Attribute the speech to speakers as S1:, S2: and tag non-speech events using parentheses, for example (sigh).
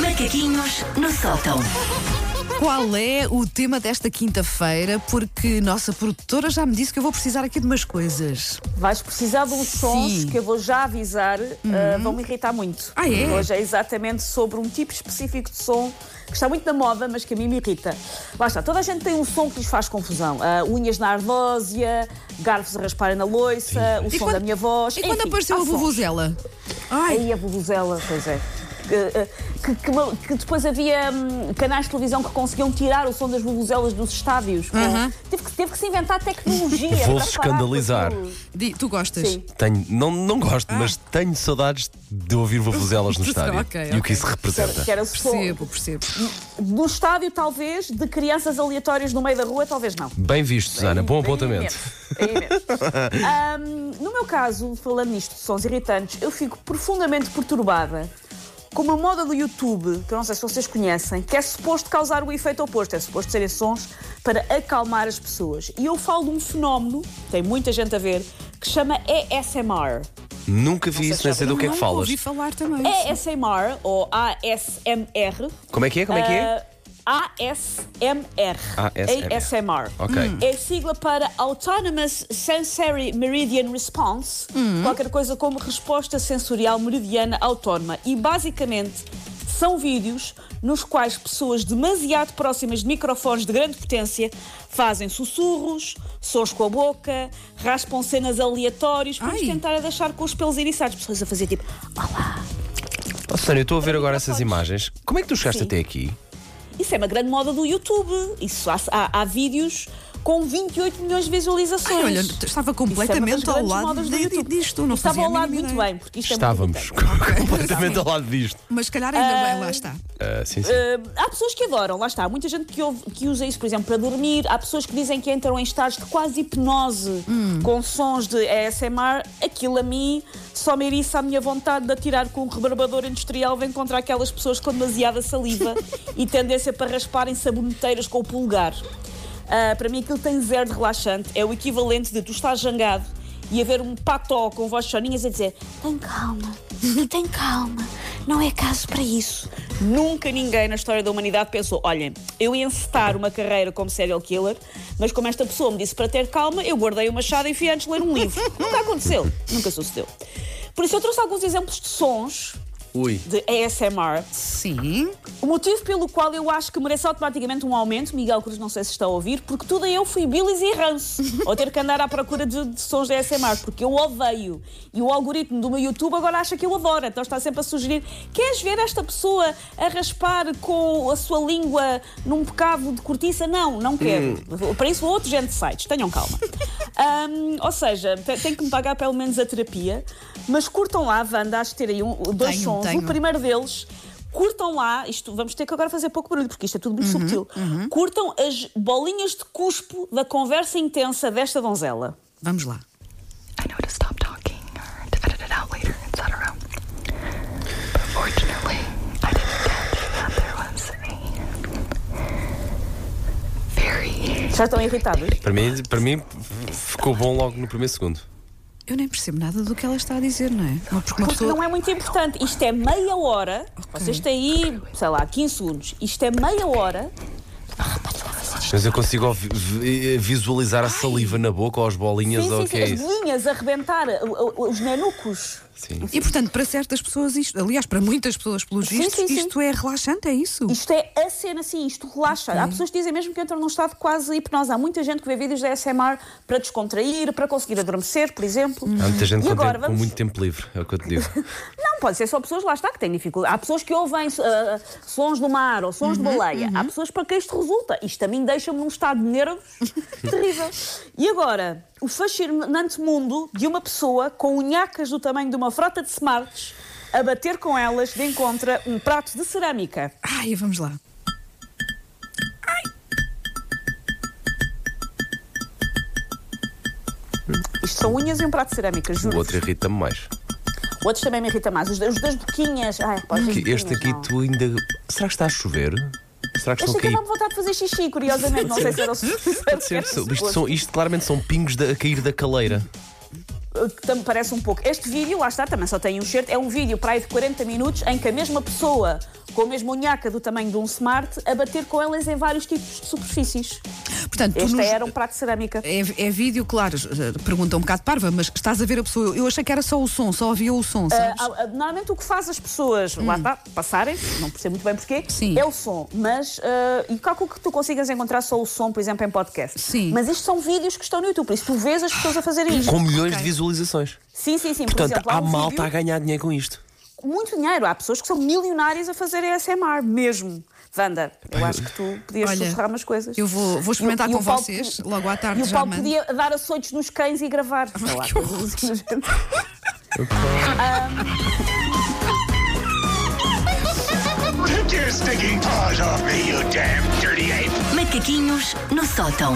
S1: Macaquinhos no sótão.
S2: Qual é o tema desta quinta-feira? Porque nossa produtora já me disse que eu vou precisar aqui de umas coisas.
S3: Vais precisar de uns sons
S2: Sim. Uhum.
S3: que eu vou já avisar, ah, vão me irritar muito.
S2: Ah, é?
S3: Hoje é exatamente sobre um tipo específico de som que está muito na moda, mas que a mim me irrita. Lá está, toda a gente tem um som que lhes faz confusão. Ah, unhas na ardósia, garfos a rasparem na loiça, o
S2: E
S3: som
S2: quando-
S3: da minha voz.
S2: E quando
S3: enfim,
S2: apareceu
S3: há
S2: a
S3: sons.
S2: vuvuzela? Ai,
S3: Aí a vuvuzela, pois é. Que, que- que- que depois havia hum, canais de televisão que conseguiam tirar o som das vuvuzelas dos estádios. com-
S2: Aham.
S3: teve, que, teve que se inventar tecnologia.
S4: Vou
S3: para parar com
S4: escandalizar.
S3: aquilo.
S2: di- tu gostas?
S3: Sim.
S4: Tenho, não, não gosto,
S3: Ah.
S4: mas tenho saudades de ouvir vovozelas no
S3: é
S4: estádio.
S2: Ok,
S4: E
S2: ok.
S4: o que isso representa.
S3: Que era o som.
S2: Percebo, percebo.
S3: No estádio, talvez, de crianças aleatórias no meio da rua, talvez não. é
S4: Bem visto, Susana. Bom
S3: Aí
S4: apontamento.
S3: mesmo, aí
S4: (laughs)
S3: mesmo. Ahm, no meu caso, falando nisto de sons irritantes, eu fico profundamente perturbada com uma moda do YouTube, que eu não sei se vocês conhecem, que é suposto causar o efeito oposto, é suposto serem sons para acalmar as pessoas. E eu falo de um fenómeno, que tem muita gente a ver, que chama ESMR.
S4: Nunca vi isso, nem sei do que é que
S2: Não,
S4: falas.
S2: Ouvi falar também.
S3: É, ESMR, ou ASMR,
S4: Como é que é? Como é que é?
S3: Ah, ASMR.
S4: ASMR.
S3: ASMR.
S4: Ok. Hum.
S3: É sigla para Autonomous Sensory Meridian Response, qualquer coisa como resposta sensorial meridiana autónoma. E basicamente são vídeos nos quais pessoas demasiado próximas de microfones de grande potência fazem sussurros, sons com a boca, raspam cenas aleatórias para nos
S2: Ai.
S3: tentar a deixar com os pelos eriçados. Pessoas a fazer tipo,
S4: Oh, Susana, eu estou a ver agora essas imagens. Como é que tu chegaste
S3: Sim.
S4: até aqui?
S3: Isso é uma grande moda do YouTube. Isso há, há- há vídeos com 28 milhões de visualizações.
S2: Ai, olha, estava completamente
S3: Isso
S2: ao
S3: é uma das grandes
S2: lado
S3: modas do
S2: de-
S3: YouTube.
S2: disto. Não
S3: Estava
S2: fazia
S3: ao
S2: a
S3: lado
S2: mínima
S3: muito
S2: ideia.
S3: bem, porque isto é muito
S4: Estávamos
S3: irritante.
S4: completamente ao lado disto.
S2: Mas se calhar ainda bem, lá está.
S4: Ah, sim, sim.
S3: Ah, há pessoas que adoram, lá está. Há muita gente que, ouve- que usa isso, por exemplo, para dormir. Há pessoas que dizem que entram em estados de quase hipnose com sons de ASMR. Aquilo a mim só me eriça a minha vontade de atirar com um rebarbador industrial vem contra aquelas pessoas com demasiada saliva e tendência para rasparem saboneteiras com o polegar. Ah, para mim aquilo tem zero de relaxante. É o equivalente de tu estás jangado e haver um pató com voz choninhas a dizer
S5: Tem calma, tem calma. Não é caso para isso.
S3: Nunca ninguém na história da humanidade pensou: olhem, eu ia encetar uma carreira como serial killer, mas como esta pessoa me disse para ter calma, eu guardei o machado e fui antes ler um livro. (laughs) Nunca aconteceu, nunca sucedeu. Por isso eu trouxe alguns exemplos de sons
S4: Ui.
S3: de ASMR.
S2: Sim.
S3: O motivo pelo qual eu acho que merece automaticamente um aumento, Miguel Cruz, não sei se está a ouvir, porque tudo é eu fui bilis e
S2: (laughs)
S3: ranço, ou ter que andar à procura de, de sons de ASMR, porque eu odeio. E o algoritmo do meu YouTube agora acha que eu adoro, então está sempre a sugerir: queres ver esta pessoa a raspar com a sua língua num bocado de cortiça? Não, não quero.
S2: Hum.
S3: Para isso, outro género de sites, tenham
S2: (laughs)
S3: calma. Ahm, ou seja, te- tem que me pagar pelo menos a terapia, mas curtam lá, Wanda, acho que terem um, dois
S2: Tenho,
S3: sons.
S2: tenho.
S3: O primeiro deles, curtam lá, isto vamos ter que agora fazer pouco barulho, porque isto é tudo muito
S4: Uhum,
S3: subtil. Curtam as bolinhas de cuspo da conversa intensa desta donzela.
S2: Vamos lá.
S6: I know to stop talking or to edit it out later, etc. But fortunately, I didn't catch that there was a very
S3: Já estão irritados?
S4: Para mim, para mim f- ficou bom logo no primeiro segundo.
S2: Eu nem percebo nada do que ela está a dizer, não é? Não, Porque uma
S3: Porque
S2: pessoa.
S3: não é muito importante. Isto é meia hora. Vocês têm aí, sei lá, 15 segundos. Isto é meia hora.
S4: Mas eu consigo ouvi- vi- visualizar a saliva na boca ou as bolinhas
S3: Sim,
S4: ou
S3: sim,
S4: o que
S3: sim.
S4: é
S3: As
S4: isso.
S3: bolinhas a arrebentar, o- o- os nanucos.
S4: Sim.
S2: E portanto, para certas pessoas, isto, aliás, para muitas pessoas, pelos
S3: Sim,
S2: vistos,
S3: sim, sim.
S2: isto é relaxante, é isso?
S3: Isto é a cena, assim, isto relaxa. Há pessoas que dizem mesmo que entram num estado de quase hipnose. Há muita gente que vê vídeos da ASMR para descontrair, para conseguir adormecer, por exemplo.
S4: Há muita gente
S3: e
S4: com,
S3: agora
S4: tempo- com
S3: vamos...
S4: muito tempo livre, é o que eu te digo.
S3: Não, pode ser só pessoas, lá está, que têm dificuldade. Há pessoas que ouvem ah, sons do mar ou sons
S4: Uhum,
S3: de baleia. Há pessoas para quem isto resulta. Isto a mim deixa-me num estado de
S4: (laughs)
S3: nervos terrível. E agora, o fascinante mundo de uma pessoa com unhacas do tamanho de uma frota de smarts a bater com elas de encontra um prato de cerâmica.
S2: Ai, vamos lá.
S3: Isto são unhas e um prato de cerâmica,
S4: O
S3: juro.
S4: outro é- irrita-me mais.
S3: Outros também me irrita mais. Os, da- os das boquinhas. Ai, pá, os das
S4: Que este
S3: boquinhas,
S4: aqui
S3: não.
S4: tu ainda. Será que está a chover? Será que
S3: Este
S4: estão
S3: aqui
S4: a cair?
S3: dá-me vontade de fazer xixi, curiosamente. Não sei se era o se era
S4: Pode ser.
S3: o
S4: Isto, são- isto claramente são pingos da- a cair da caleira.
S3: que também parece um pouco. Este vídeo, lá está, também só tem um certo, é um vídeo para aí de 40 minutos em que a mesma pessoa com mesmo unhaca do tamanho de um smart, a bater com elas em vários tipos de superfícies.
S2: Portanto, tu
S3: Este
S2: nos-
S3: era um prato de cerâmica.
S2: É, é vídeo, claro, eh, pergunta um bocado parva, mas estás a ver a pessoa. Eu achei que era só o som, só havia o som, sabes?
S3: Ah, ah, Normalmente o que faz as pessoas lá está, passarem, não percebo muito bem porquê,
S2: Sim.
S3: é o som. Mas, ah, e calculo que tu consigas encontrar só o som, por exemplo, em podcast.
S2: Sim.
S3: Mas isto são vídeos que estão no YouTube, por isso tu vês as pessoas a fazerem isto.
S4: Com milhões
S2: Ok.
S4: de visualizações.
S3: Sim, sim, sim.
S4: Portanto,
S3: por exemplo,
S4: há,
S3: há um
S4: malta
S3: vídeo-
S4: a ganhar dinheiro com isto.
S3: muito dinheiro. Há pessoas que são milionárias a fazer ASMR mesmo. Wanda, eu acho que tu podias
S2: Olha,
S3: sussurrar umas coisas.
S2: eu vou- vou experimentar
S3: o
S2: com
S3: Paulo
S2: vocês,
S3: podia-
S2: logo à tarde
S3: E o
S2: já
S3: Paulo
S2: mando.
S3: podia dar açoites nos cães e gravar. Sei lá,
S2: que
S3: (laughs) coisas
S2: horror.
S3: assim do género.
S1: Take your stinking paws off me, you damn dirty ape!
S7: Macaquinhos no sótão.